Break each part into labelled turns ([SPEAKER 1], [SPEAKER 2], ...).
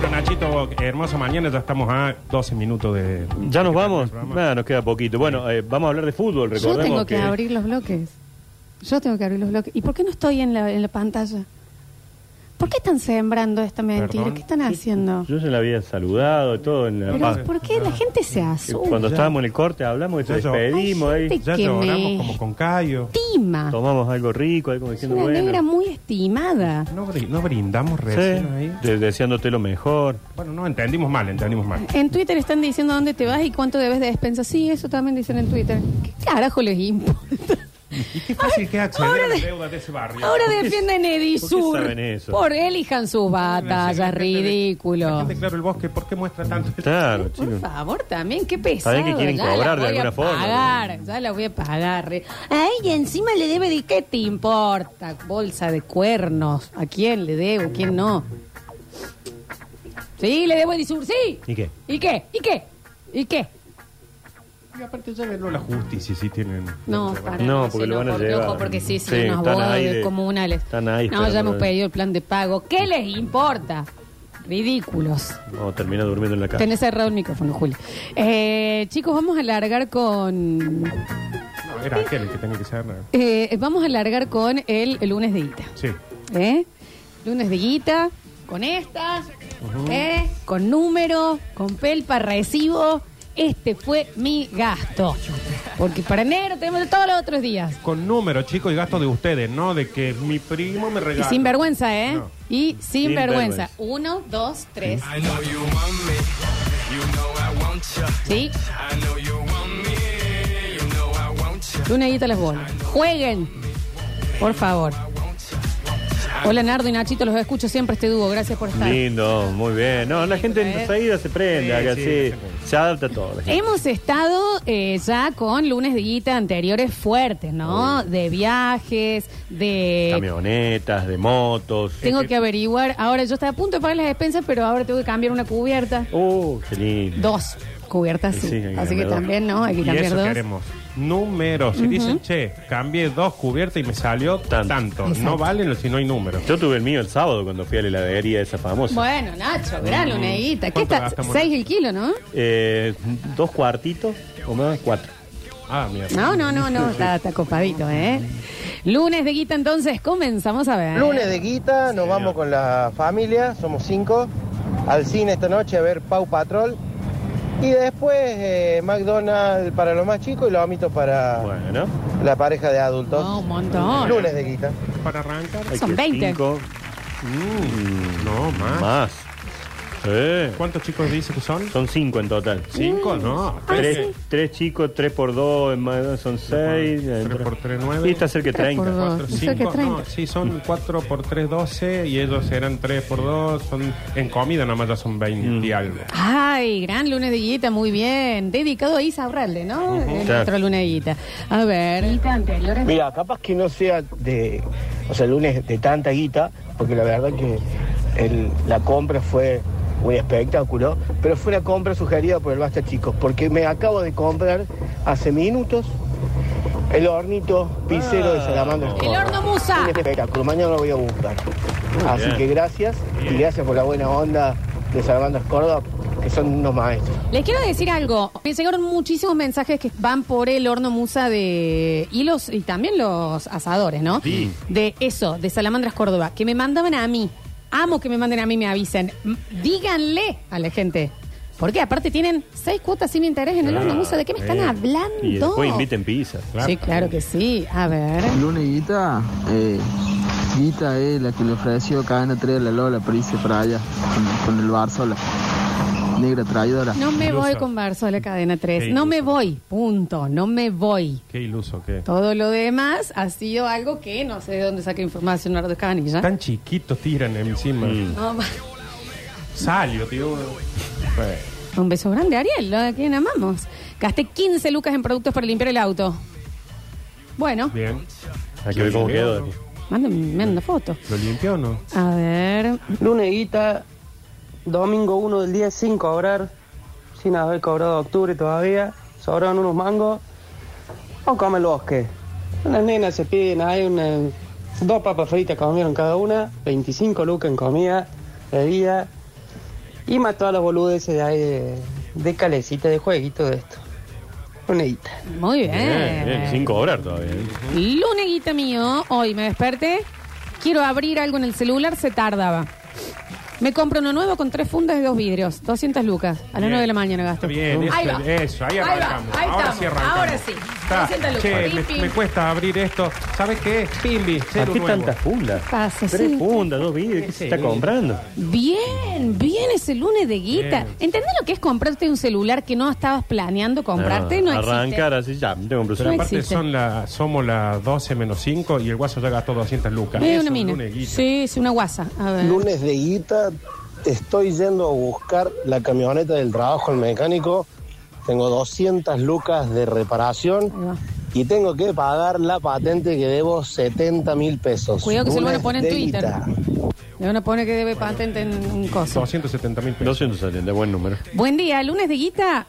[SPEAKER 1] Santiago. Hermosa mañana, ya estamos a 12 minutos de.
[SPEAKER 2] Ya nos vamos.
[SPEAKER 1] programa.
[SPEAKER 2] Nada, nos queda poquito. Bueno, eh, vamos a hablar de fútbol,
[SPEAKER 3] Yo
[SPEAKER 2] recordemos
[SPEAKER 3] tengo que, abrir los bloques. Yo tengo que abrir los bloques. ¿Y por qué no estoy en la, en la pantalla? ¿Por qué están sembrando esta mentira?
[SPEAKER 1] Perdón.
[SPEAKER 3] ¿Qué están haciendo?
[SPEAKER 2] Yo ya la había saludado, todo en la paz.
[SPEAKER 3] Pero ¿por qué la gente se asusta?
[SPEAKER 2] Ah. Cuando estábamos en el corte hablamos y te
[SPEAKER 1] Ya yo-
[SPEAKER 2] despedimos
[SPEAKER 3] Hay
[SPEAKER 2] ahí.
[SPEAKER 3] gente
[SPEAKER 1] Ya
[SPEAKER 3] que
[SPEAKER 1] lloramos
[SPEAKER 3] me-
[SPEAKER 1] como con callo.
[SPEAKER 3] Estima.
[SPEAKER 2] Tomamos algo rico, ahí como diciendo
[SPEAKER 3] Una negra
[SPEAKER 2] bueno.
[SPEAKER 3] muy estimada.
[SPEAKER 1] No, bri- no brindamos
[SPEAKER 2] Sí,
[SPEAKER 1] recién ahí.
[SPEAKER 2] de- deseándote lo mejor.
[SPEAKER 1] Bueno, no entendimos mal, entendimos mal.
[SPEAKER 3] En Twitter están diciendo dónde te vas y cuánto debes de despensa. Sí, eso también dicen en Twitter. ¿Qué carajo les importa?
[SPEAKER 1] Y qué fácil que es acceder
[SPEAKER 3] ahora
[SPEAKER 1] a las
[SPEAKER 3] de-
[SPEAKER 1] deudas de ese barrio.
[SPEAKER 3] Ahora
[SPEAKER 2] ¿Por qué-
[SPEAKER 3] defienden
[SPEAKER 2] por
[SPEAKER 3] Edisur.
[SPEAKER 2] qué saben eso?
[SPEAKER 3] Por elijan sus
[SPEAKER 1] La
[SPEAKER 3] batallas,
[SPEAKER 1] gente de- la
[SPEAKER 3] ridículo.
[SPEAKER 1] gente de claro el bosque, ¿por qué muestra tanto?
[SPEAKER 2] Claro,
[SPEAKER 3] Por
[SPEAKER 2] chicos.
[SPEAKER 3] favor, también, qué pesado.
[SPEAKER 2] Saben que quieren
[SPEAKER 3] ya la
[SPEAKER 2] cobrar de
[SPEAKER 3] voy a
[SPEAKER 2] alguna forma.
[SPEAKER 3] Pagar, ya la voy a pagar. re- Ay, y encima le debe de qué te importa, bolsa de cuernos. ¿A quién le debo? ¿Quién no? Sí, le debo a Edisur, sí.
[SPEAKER 2] ¿Y qué?
[SPEAKER 3] ¿Y qué? ¿Y qué? ¿Y qué?
[SPEAKER 1] Y aparte ya ganó la justicia si tienen...
[SPEAKER 3] No, para
[SPEAKER 2] No,
[SPEAKER 3] sí,
[SPEAKER 2] porque lo van a
[SPEAKER 3] porque,
[SPEAKER 2] llevar.
[SPEAKER 3] ojo, porque sí, sí,
[SPEAKER 2] Sí,
[SPEAKER 3] unos
[SPEAKER 2] están
[SPEAKER 3] abogados
[SPEAKER 2] ahí
[SPEAKER 3] de
[SPEAKER 2] de-
[SPEAKER 3] comunales.
[SPEAKER 2] están ahí
[SPEAKER 3] no, ya
[SPEAKER 2] esperando
[SPEAKER 3] hemos
[SPEAKER 2] el-
[SPEAKER 3] pedido el plan de pago. ¿Qué les importa? Ridículos.
[SPEAKER 2] No, termina durmiendo en la casa.
[SPEAKER 3] Tenés cerrado el micrófono, Juli. Eh, chicos, vamos a alargar con.
[SPEAKER 1] No, era aquel el que tenía que ser... ¿no?
[SPEAKER 3] eh, vamos a alargar con el, el lunes de guita.
[SPEAKER 1] Sí.
[SPEAKER 3] ¿Eh? Lunes de guita, con estas, ¿eh? con números, con pelpa, recibo. Este fue mi gasto. Porque para enero tenemos todos los otros días.
[SPEAKER 1] Con números, chicos, y gastos de ustedes, no de que mi primo me
[SPEAKER 3] Y
[SPEAKER 1] regala.
[SPEAKER 3] sin vergüenza, ¿eh?
[SPEAKER 1] No.
[SPEAKER 3] Y sin,
[SPEAKER 2] Sin
[SPEAKER 3] vergüenza.
[SPEAKER 2] vergüenza.
[SPEAKER 3] Uno, dos, tres.
[SPEAKER 4] I know you want me. You know I want ya.
[SPEAKER 3] Sí.
[SPEAKER 4] I know you want me. You know I want ya.
[SPEAKER 3] Lunadita las bolas. Jueguen. Por favor. Hola Nardo y Nachito, los escucho siempre este dúo. Gracias por estar.
[SPEAKER 2] Lindo, muy bien. No, la gente
[SPEAKER 3] ¿eh?
[SPEAKER 2] enseguida se prende,
[SPEAKER 1] Sí,
[SPEAKER 2] acá,
[SPEAKER 1] sí,
[SPEAKER 2] sí.
[SPEAKER 1] se prende.
[SPEAKER 2] Se adapta a todo. la gente.
[SPEAKER 3] Hemos estado eh, ya con lunes de guita anteriores fuertes, ¿no? De viajes, de...
[SPEAKER 2] Camionetas, de motos.
[SPEAKER 3] eh, Tengo que averiguar. Ahora yo estaba a punto de pagar las despensas, pero ahora tengo que cambiar una cubierta.
[SPEAKER 2] Oh, qué lindo.
[SPEAKER 3] Dos cubiertas, sí.
[SPEAKER 2] Sí, hay que
[SPEAKER 3] Así
[SPEAKER 2] cambiar
[SPEAKER 3] que
[SPEAKER 2] dos.
[SPEAKER 3] también, ¿no? Hay que
[SPEAKER 1] Y
[SPEAKER 3] cambiar
[SPEAKER 1] eso
[SPEAKER 3] dos.
[SPEAKER 1] queremos. Números. Si dicen, che, cambié dos cubiertas y me salió
[SPEAKER 2] Tanto.
[SPEAKER 1] tanto. No
[SPEAKER 3] Exacto.
[SPEAKER 1] valen si no hay números.
[SPEAKER 2] Yo tuve el mío el sábado cuando fui a la heladería esa famosa.
[SPEAKER 3] Bueno, Nacho, gran luneguita. ¿Qué
[SPEAKER 1] ¿Cuánto
[SPEAKER 3] está?
[SPEAKER 1] gastamos?
[SPEAKER 3] Seis el kilo, ¿no?
[SPEAKER 2] Eh, dos cuartitos o más, cuatro.
[SPEAKER 1] Ah, mierda.
[SPEAKER 3] No, no, no, no, está, está copadito, ¿eh? Lunes de guita, entonces, comenzamos a ver.
[SPEAKER 5] Lunes de guita, nos vamos con la familia, somos cinco, al cine esta noche a ver Pau Patrol. Y después eh, McDonald's para los más chicos y los amitos para
[SPEAKER 2] Bueno,
[SPEAKER 5] la pareja de adultos.
[SPEAKER 3] No, Ah, un montón.
[SPEAKER 5] Lunes de guita.
[SPEAKER 1] Para arrancar.
[SPEAKER 2] hay
[SPEAKER 3] Son
[SPEAKER 2] que
[SPEAKER 3] 20.
[SPEAKER 2] cinco
[SPEAKER 1] Mm, no, más.
[SPEAKER 2] más. Sí.
[SPEAKER 1] ¿Cuántos chicos dice que son?
[SPEAKER 2] Son cinco en total.
[SPEAKER 1] ¿Cinco?
[SPEAKER 3] Mm. Ah,
[SPEAKER 1] No.
[SPEAKER 2] Tres, tres chicos, tres por dos, en más, son seis.
[SPEAKER 1] Tres
[SPEAKER 2] entra-
[SPEAKER 1] por tres, nueve.
[SPEAKER 2] Y está cerca de
[SPEAKER 3] Tres
[SPEAKER 2] 30.
[SPEAKER 3] por dos.
[SPEAKER 1] Cuatro,
[SPEAKER 3] Yo creo que
[SPEAKER 1] cinco, no,
[SPEAKER 3] 30.
[SPEAKER 1] sí, son 4 por 3, 12 y ellos eran 3 por 2, son en comida nomás ya son
[SPEAKER 2] Mm.
[SPEAKER 1] 20 y algo.
[SPEAKER 3] Ay, gran lunes de guita, muy bien. Dedicado a Isa Urralde, ¿no? El
[SPEAKER 2] Claro.
[SPEAKER 3] otro lunes de guita. A ver.
[SPEAKER 6] Mira, capaz que no sea de, o sea, lunes de tanta guita, porque la verdad que el- la compra fue un espectáculo, pero fue una compra sugerida por el Basta Chicos, porque me acabo de comprar hace minutos el hornito pisero de Salamandra.
[SPEAKER 3] Ah. El
[SPEAKER 6] Escobar.
[SPEAKER 3] horno musa.
[SPEAKER 6] Un espectáculo, mañana lo voy a buscar. Así
[SPEAKER 2] bien.
[SPEAKER 6] que gracias y gracias por la buena onda de Salamandra Córdoba, que son unos maestros.
[SPEAKER 3] Les quiero decir algo. Me llegaron muchísimos mensajes que van por el horno musa de. Y, los, y también los asadores, ¿no?
[SPEAKER 2] Sí.
[SPEAKER 3] De eso, de Salamandras Córdoba, que me mandaban a mí. Amo que me manden a mí, me avisen. M- Díganle a la gente. Porque aparte tienen seis cuotas sin interés en el horno musa. ¿De qué me están
[SPEAKER 2] Eh,
[SPEAKER 3] hablando?
[SPEAKER 2] Y después inviten pizza.
[SPEAKER 3] Sí, claro que sí. A ver.
[SPEAKER 7] Luniguita, eh, Guita es la que le ofreció Cadena 3 a la Lola para irse para allá con, con el Barzola. Negra traidora.
[SPEAKER 3] No me voy
[SPEAKER 1] Ilusa.
[SPEAKER 3] con Barzo de la cadena 3.
[SPEAKER 1] Qué
[SPEAKER 3] No me
[SPEAKER 1] ilusa.
[SPEAKER 3] voy. Punto. No me voy.
[SPEAKER 1] Qué iluso que.
[SPEAKER 3] Todo lo demás ha sido algo que no sé de dónde saca información Nardo Escanilla.
[SPEAKER 1] Tan chiquitos tiran encima.
[SPEAKER 2] Mm.
[SPEAKER 3] No, va.
[SPEAKER 1] Salio, tío. Eh,
[SPEAKER 3] un beso grande, Ariel, a quien amamos. Gasté 15 lucas en productos para limpiar el auto. Bueno,
[SPEAKER 1] Bien.
[SPEAKER 2] Hay que ver cómo quedó. Dani.
[SPEAKER 3] mándame, manda foto.
[SPEAKER 1] ¿Lo limpió o no?
[SPEAKER 3] A ver.
[SPEAKER 8] Luneguita, domingo 1 del día sin cobrar, sin haber cobrado octubre todavía, sobraron unos mangos, o come el bosque. Unas nenas se piden, hay una, dos papas fritas comieron cada una, 25 lucas en comida, bebida, Y mató a los boludeces de ahí de, de calecita, de jueguito de esto. Una guita.
[SPEAKER 3] Muy bien.
[SPEAKER 2] Bien, bien, sin cobrar todavía. ¿eh?
[SPEAKER 3] Luneguita mío, hoy me desperté, quiero abrir algo en el celular, se tardaba. Me compro uno nuevo con tres fundas y dos vidrios, 200 lucas, a las
[SPEAKER 1] Bien.
[SPEAKER 3] 9 de la mañana gasto.
[SPEAKER 1] Bien, eso,
[SPEAKER 3] ahí va.
[SPEAKER 1] eso, ahí
[SPEAKER 3] va,
[SPEAKER 1] arrancamos.
[SPEAKER 3] ahí
[SPEAKER 1] ahora
[SPEAKER 3] estamos,
[SPEAKER 1] sí arrancamos.
[SPEAKER 3] Ahora sí,
[SPEAKER 1] Ta,
[SPEAKER 3] 200 lucas.
[SPEAKER 1] che,
[SPEAKER 3] Pim,
[SPEAKER 1] me,
[SPEAKER 3] pim.
[SPEAKER 1] me cuesta abrir esto. ¿Sabes qué? Pimbi,
[SPEAKER 2] ¿A
[SPEAKER 1] cero
[SPEAKER 2] qué
[SPEAKER 1] nuevo.
[SPEAKER 2] tantas fundas?
[SPEAKER 3] Pasa,
[SPEAKER 2] Tres
[SPEAKER 3] sí.
[SPEAKER 2] fundas, dos vídeos, ¿qué
[SPEAKER 1] Sí.
[SPEAKER 2] se está comprando?
[SPEAKER 3] Bien, bien ese lunes de guita.
[SPEAKER 1] Bien.
[SPEAKER 3] ¿Entendés lo que es comprarte un celular que no estabas planeando comprarte? No,
[SPEAKER 2] Ah,
[SPEAKER 3] existe.
[SPEAKER 2] Arrancar así, ya, me compro
[SPEAKER 1] Pero
[SPEAKER 3] No
[SPEAKER 2] celular.
[SPEAKER 1] aparte
[SPEAKER 3] existe.
[SPEAKER 1] son la, somos las 12 menos 5 y el guaso ya gastó 200 lucas.
[SPEAKER 3] Es
[SPEAKER 1] Eso
[SPEAKER 3] una
[SPEAKER 1] es
[SPEAKER 3] mina.
[SPEAKER 1] luneguita.
[SPEAKER 3] Sí, es una guasa. A ver.
[SPEAKER 9] Lunes de guita, estoy yendo a buscar la camioneta del trabajo al mecánico. Tengo 200 lucas de
[SPEAKER 3] Ahí
[SPEAKER 9] reparación
[SPEAKER 3] va.
[SPEAKER 9] y tengo que pagar la patente que debo 70 mil pesos.
[SPEAKER 3] Cuidado que se lo van a
[SPEAKER 9] Lunes
[SPEAKER 3] poner en
[SPEAKER 9] de
[SPEAKER 3] Twitter.
[SPEAKER 9] guita.
[SPEAKER 3] Le van a poner que debe patente en un coso.
[SPEAKER 1] 270 mil pesos.
[SPEAKER 2] 270, buen número.
[SPEAKER 3] Buen día, lunes de guita.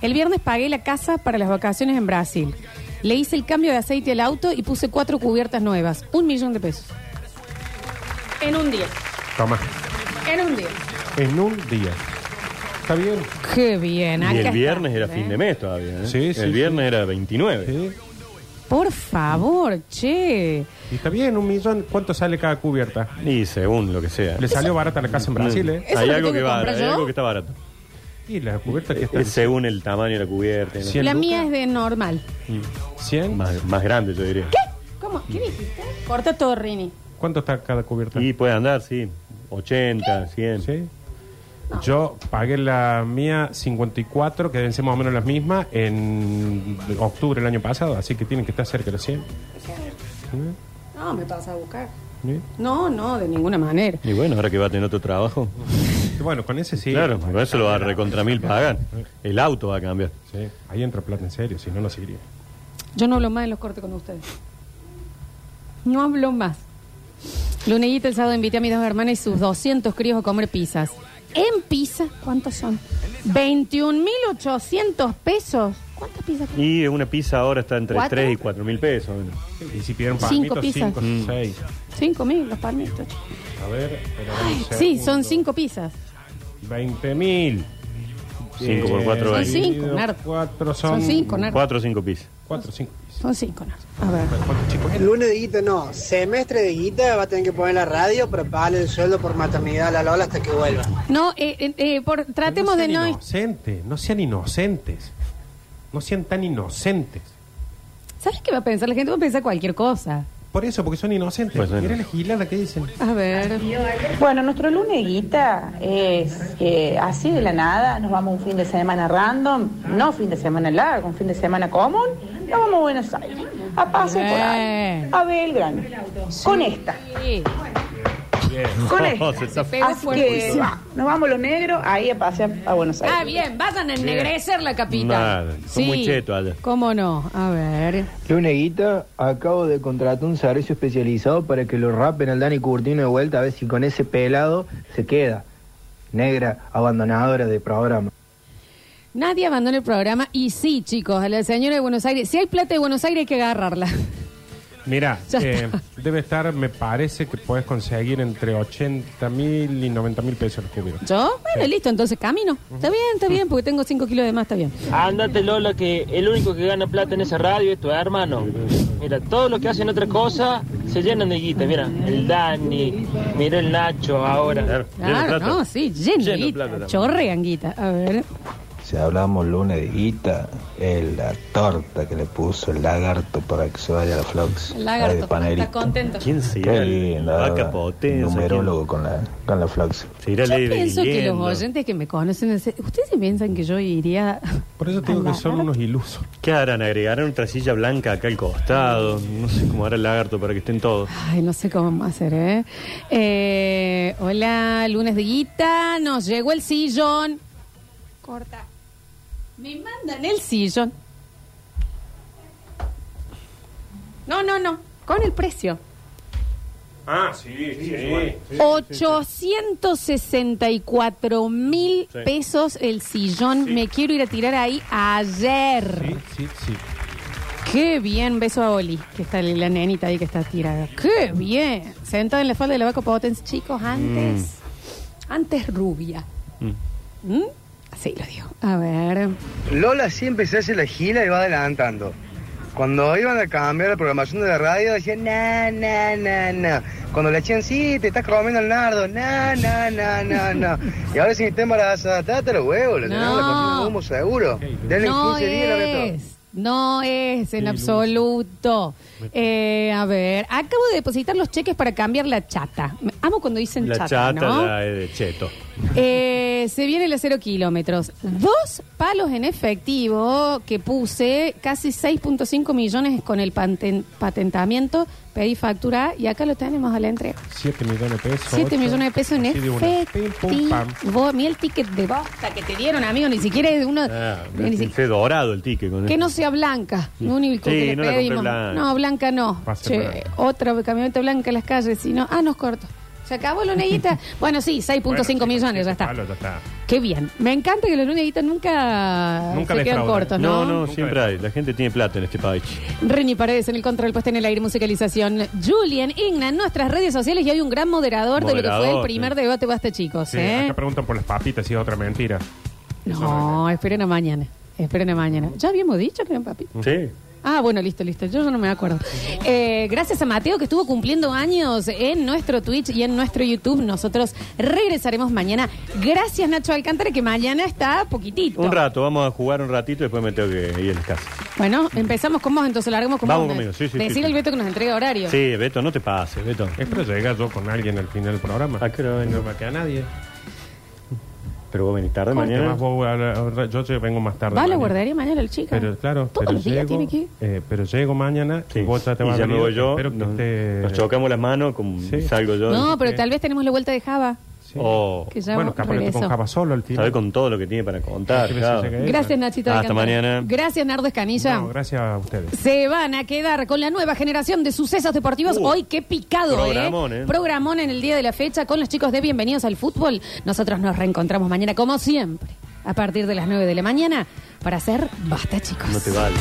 [SPEAKER 3] El viernes pagué la casa para las vacaciones en Brasil. Le hice el cambio de aceite al auto y puse cuatro cubiertas nuevas. Un millón de pesos. En un día.
[SPEAKER 1] Toma.
[SPEAKER 3] En un día.
[SPEAKER 1] En un día. ¿Está bien?
[SPEAKER 3] Qué bien.
[SPEAKER 2] Y
[SPEAKER 3] acá
[SPEAKER 2] el viernes era
[SPEAKER 3] estamos, ¿eh?
[SPEAKER 2] fin de mes todavía. ¿eh?
[SPEAKER 1] Sí, sí,
[SPEAKER 2] El viernes era 29.
[SPEAKER 1] Sí.
[SPEAKER 3] Por favor, che.
[SPEAKER 1] Y está bien, un millón. ¿Cuánto sale cada cubierta?
[SPEAKER 2] Y según lo que sea.
[SPEAKER 1] Le salió barata la casa en Brasil, ¿eh?
[SPEAKER 3] es lo
[SPEAKER 2] Hay algo
[SPEAKER 3] que tengo
[SPEAKER 2] que,
[SPEAKER 3] que
[SPEAKER 2] va,
[SPEAKER 3] comprar
[SPEAKER 2] hay
[SPEAKER 3] yo?
[SPEAKER 2] algo que está barato.
[SPEAKER 1] Y la cubierta que está.
[SPEAKER 2] Es según el tamaño de la cubierta. ¿no?
[SPEAKER 1] Sí. ¿Cien
[SPEAKER 3] La
[SPEAKER 1] lucas?
[SPEAKER 3] mía es de normal.
[SPEAKER 1] 100.
[SPEAKER 2] Más, más grande, yo diría.
[SPEAKER 3] ¿Cómo? ¿Qué dijiste? Corta todo, Rini.
[SPEAKER 1] ¿Cuánto está cada cubierta?
[SPEAKER 2] Y puede andar, sí. 80, 100.
[SPEAKER 1] Sí. Yo pagué la mía 54, que deben ser más o menos las mismas, en octubre del año pasado, así que tienen que estar cerca de los 100.
[SPEAKER 3] No, me pasa a buscar.
[SPEAKER 1] ¿Sí?
[SPEAKER 3] No, no, de ninguna manera.
[SPEAKER 2] Y bueno, ahora que va a tener otro trabajo.
[SPEAKER 1] Y Bueno, con ese sí.
[SPEAKER 2] claro, con eso lo va a recontra mil pagar. El auto va a cambiar.
[SPEAKER 1] Sí, Ahí entra plata en serio, si no, no seguiría.
[SPEAKER 3] Yo no hablo más en los cortes con ustedes. No hablo más. Luneguita el sábado invité a mis dos hermanas y sus 200 críos a comer pizzas. ¿En pizza? ¿Cuántos son? 21.800 pesos. ¿Cuántas pizzas?
[SPEAKER 2] Y una pizza ahora está entre
[SPEAKER 3] ¿Cuatro?
[SPEAKER 2] 3 y 4 mil pesos.
[SPEAKER 1] Y si pidieron
[SPEAKER 3] Cinco
[SPEAKER 1] palmitos,
[SPEAKER 3] pizzas.
[SPEAKER 1] 5,
[SPEAKER 2] Mm.
[SPEAKER 1] 6.
[SPEAKER 3] 5.000 los palmitos. che.
[SPEAKER 1] A ver, pero
[SPEAKER 3] Sí, son 5 pizzas.
[SPEAKER 1] 20 mil.
[SPEAKER 2] 5 por 4,
[SPEAKER 3] Son
[SPEAKER 2] 20.
[SPEAKER 3] cinco, Nardo.
[SPEAKER 1] Cuatro son.
[SPEAKER 3] Son 5, Nardo.
[SPEAKER 2] 4 o 5 pizzas.
[SPEAKER 1] Cuatro, cinco.
[SPEAKER 3] Son 5, Nardo. A ver.
[SPEAKER 1] ¿Cuántos chicos?
[SPEAKER 10] El lunes de guita no, semestre de guita va a tener que poner la radio para pagarle el sueldo por maternidad a la Lola hasta que vuelva.
[SPEAKER 3] No, eh, eh, eh, por, tratemos
[SPEAKER 1] no
[SPEAKER 3] de
[SPEAKER 1] sean
[SPEAKER 3] no...
[SPEAKER 1] Inocentes, no sean inocentes. No sean tan inocentes.
[SPEAKER 3] ¿Sabes qué va a pensar? La gente va a pensar cualquier cosa.
[SPEAKER 1] Por eso, porque son inocentes.
[SPEAKER 2] Pues, bueno.
[SPEAKER 1] Mira la gilada que dicen.
[SPEAKER 3] A ver.
[SPEAKER 11] Bueno, nuestro luneguita es eh, así de la nada, nos vamos un fin de semana random, no fin de semana largo, un fin de semana común, nos vamos a Buenos Aires, a Paseo por ahí,
[SPEAKER 3] Bien.
[SPEAKER 11] a Belgrano, con esta,
[SPEAKER 3] Sí.
[SPEAKER 11] con
[SPEAKER 2] Oh,
[SPEAKER 11] esta.
[SPEAKER 2] se está-
[SPEAKER 3] Pegó
[SPEAKER 11] Así que
[SPEAKER 3] fuertísimo.
[SPEAKER 11] va, nos vamos los negros ahí a pasear a Buenos Aires.
[SPEAKER 3] Ah, bien, vayan a ennegrecer la capital.
[SPEAKER 2] Nada, son muy chetos allá.
[SPEAKER 3] ¿Cómo no? A ver.
[SPEAKER 6] Luneguita, acabo de contratar un servicio especializado para que lo rapen al Dani Curtino de vuelta a ver si con ese pelado se queda. Negra, abandonadora de programa.
[SPEAKER 3] Nadie abandona el programa. Y sí, chicos, a la señora de Buenos Aires, si hay plata de Buenos Aires hay que agarrarla.
[SPEAKER 1] Mira,
[SPEAKER 3] Ya
[SPEAKER 1] eh,
[SPEAKER 3] está.
[SPEAKER 1] debe estar, me parece que puedes conseguir entre 80 mil y 90 mil pesos el cubero.
[SPEAKER 3] ¿Yo? Bueno, listo, entonces camino. Está bien, está bien, porque tengo 5 kilos de más, está bien.
[SPEAKER 8] Andate Lola, que el único que gana plata en esa radio es tu hermano. Mira, todo lo que hacen otra cosa se llenan de guita. Mira, el Dani, mira el Nacho ahora.
[SPEAKER 2] Lleno de
[SPEAKER 3] Claro,
[SPEAKER 2] plata.
[SPEAKER 3] no, sí,
[SPEAKER 2] Lleno
[SPEAKER 3] lleno, de
[SPEAKER 2] de
[SPEAKER 3] guita,
[SPEAKER 2] plata también.
[SPEAKER 3] chorrean guita. A ver.
[SPEAKER 9] Si hablamos lunes de guita, es la torta que le puso el lagarto para que se vaya a la flox.
[SPEAKER 3] El lagarto está contento.
[SPEAKER 2] ¿Quién se irá? Vaca potencia.
[SPEAKER 9] con la, con la flox.
[SPEAKER 2] ¿quién? Se irá
[SPEAKER 3] Yo
[SPEAKER 2] Lady
[SPEAKER 3] pienso que los
[SPEAKER 2] Leyendo.
[SPEAKER 3] oyentes que me conocen, ¿ustedes piensan que yo iría
[SPEAKER 1] Por eso te digo
[SPEAKER 3] Al
[SPEAKER 1] que son unos ilusos.
[SPEAKER 2] ¿Qué harán? ¿Agregarán otra silla blanca acá al costado? No sé cómo hará el lagarto para que estén todos.
[SPEAKER 3] Ay, no sé cómo vamos a hacer, ¿eh? Eh, Hola, lunes de guita, nos llegó el sillón. Corta. Me mandan el sillón. No, no, no, con el precio.
[SPEAKER 1] Ah, sí, sí.
[SPEAKER 3] 864 mil
[SPEAKER 2] Sí.
[SPEAKER 3] pesos el sillón. Me quiero ir a tirar ahí ayer.
[SPEAKER 1] Sí, sí, sí.
[SPEAKER 3] Qué bien, beso a Oli, que está la nenita ahí que está tirada. Qué bien. Sentada en la falda de la vaca potencia, chicos, antes. Antes rubia. ¿Mm? Así lo digo. A ver.
[SPEAKER 12] Lola siempre se hace la gila y va adelantando. Cuando iban a cambiar la programación de la radio, decían, na, na, na, na. Cuando le decían, sí, te estás comiendo el nardo, na, na, na, na, na. Y ahora si está embarazada, date los huevos, le tenemos la cocina de humo seguro. Denle
[SPEAKER 3] no
[SPEAKER 12] 15 días y la retro.
[SPEAKER 3] es. No es en absoluto. Eh, a ver, acabo de depositar los cheques para cambiar la chata. Me- Amo cuando dicen
[SPEAKER 2] La
[SPEAKER 3] chata,
[SPEAKER 2] chata,
[SPEAKER 3] ¿no?
[SPEAKER 2] la de cheto.
[SPEAKER 3] Eh, se viene la cero kilómetros. Dos palos en efectivo que puse, casi 6.5 millones con el panten- patentamiento. Pedí factura y acá lo tenemos a la entrega.
[SPEAKER 1] 7 millones de pesos.
[SPEAKER 3] 7
[SPEAKER 1] ocho,
[SPEAKER 3] millones de pesos en
[SPEAKER 1] así de una. Pim, pum, pam.
[SPEAKER 3] efectivo. Ni el ticket de bosta que te dieron, amigo, ni siquiera es de uno.
[SPEAKER 2] Ah,
[SPEAKER 3] ni siquiera-
[SPEAKER 2] fue dorado el ticket con
[SPEAKER 3] que
[SPEAKER 2] esto.
[SPEAKER 3] no sea blanca, lo único
[SPEAKER 2] Sí,
[SPEAKER 3] que le
[SPEAKER 2] no la compré
[SPEAKER 3] pedimos.
[SPEAKER 2] blanca.
[SPEAKER 3] No, blanca no.
[SPEAKER 2] Va a ser
[SPEAKER 3] Che,
[SPEAKER 2] blanca.
[SPEAKER 3] otra camioneta blanca en las calles, sino. Ah, nos corto. Se acabó la neguita. bueno, sí, 6.5 millones, ya está.
[SPEAKER 1] este Palo, ya está.
[SPEAKER 3] Qué bien. Me encanta que los luneguitas nunca, se quedan cortos, ¿no?
[SPEAKER 2] No, no, siempre hay. La gente tiene plata en este país.
[SPEAKER 3] Reni Paredes en el control, puesta en el aire, musicalización. Julian Igna en nuestras redes sociales y hay un gran moderador, de lo que fue el
[SPEAKER 1] Moderador,
[SPEAKER 3] primer
[SPEAKER 1] sí.
[SPEAKER 3] debate basta, chicos.
[SPEAKER 1] Sí,
[SPEAKER 3] ¿eh?
[SPEAKER 1] acá preguntan por las papitas si es otra mentira.
[SPEAKER 3] No, esperen a mañana. Esperen a mañana. ¿Ya habíamos dicho que eran papi?
[SPEAKER 2] Sí.
[SPEAKER 3] Ah, bueno, listo, listo. Yo ya no me acuerdo. Eh, gracias a Mateo que estuvo cumpliendo años en nuestro Twitch y en nuestro YouTube. Nosotros regresaremos mañana. Gracias, Nacho Alcántara, que mañana está poquitito.
[SPEAKER 2] Un rato, vamos a jugar un ratito y después me tengo que ir a la casa.
[SPEAKER 3] Bueno, empezamos con vos, entonces largamos con
[SPEAKER 2] Vamos
[SPEAKER 3] vos.
[SPEAKER 2] conmigo, sí, sí,
[SPEAKER 3] Decir
[SPEAKER 2] sí, sí.
[SPEAKER 3] al Beto que nos entrega horario.
[SPEAKER 2] Sí, Beto, no te pases, Beto.
[SPEAKER 1] Espero llegar yo con alguien al final del programa.
[SPEAKER 2] Ah, creo
[SPEAKER 1] no va a quedar nadie.
[SPEAKER 2] Pero vos venís tarde
[SPEAKER 1] Porque
[SPEAKER 2] mañana.
[SPEAKER 1] más vos- ahora- yo te vengo más tarde.
[SPEAKER 3] Va a la
[SPEAKER 1] mañana.
[SPEAKER 3] guardería mañana el chico.
[SPEAKER 1] Pero claro,
[SPEAKER 3] Todos
[SPEAKER 1] pero
[SPEAKER 3] los días
[SPEAKER 1] llego,
[SPEAKER 3] tiene que ir.
[SPEAKER 1] eh, pero llego mañana y vos ya te
[SPEAKER 2] Y
[SPEAKER 1] vas
[SPEAKER 2] ya
[SPEAKER 1] a
[SPEAKER 2] me
[SPEAKER 1] venir.
[SPEAKER 2] voy yo,
[SPEAKER 1] Espero que
[SPEAKER 2] nos-
[SPEAKER 1] te-
[SPEAKER 2] Nos chocamos las manos, como salgo yo.
[SPEAKER 3] No, pero tal vez tenemos la vuelta de Java.
[SPEAKER 2] Oh.
[SPEAKER 3] Que ya Bueno, capaz que te regreso.
[SPEAKER 2] con
[SPEAKER 3] conjaba
[SPEAKER 1] solo el
[SPEAKER 2] Sabe con todo lo que tiene para contar. Java.
[SPEAKER 3] Gracias, Nachito.
[SPEAKER 2] Hasta
[SPEAKER 3] Alcántara.
[SPEAKER 2] mañana.
[SPEAKER 3] Gracias, Nardo Escanilla.
[SPEAKER 1] Gracias a ustedes.
[SPEAKER 3] Se van a quedar con la nueva generación de sucesos deportivos.
[SPEAKER 2] Uh,
[SPEAKER 3] Hoy, qué picado,
[SPEAKER 1] programón,
[SPEAKER 3] ¿eh?
[SPEAKER 1] ¿eh?
[SPEAKER 3] Programón en el día de la fecha con los chicos de Bienvenidos al Fútbol. Nosotros nos reencontramos mañana, como siempre, a partir de las 9 de la mañana, para hacer Basta, chicos.
[SPEAKER 2] No te vale.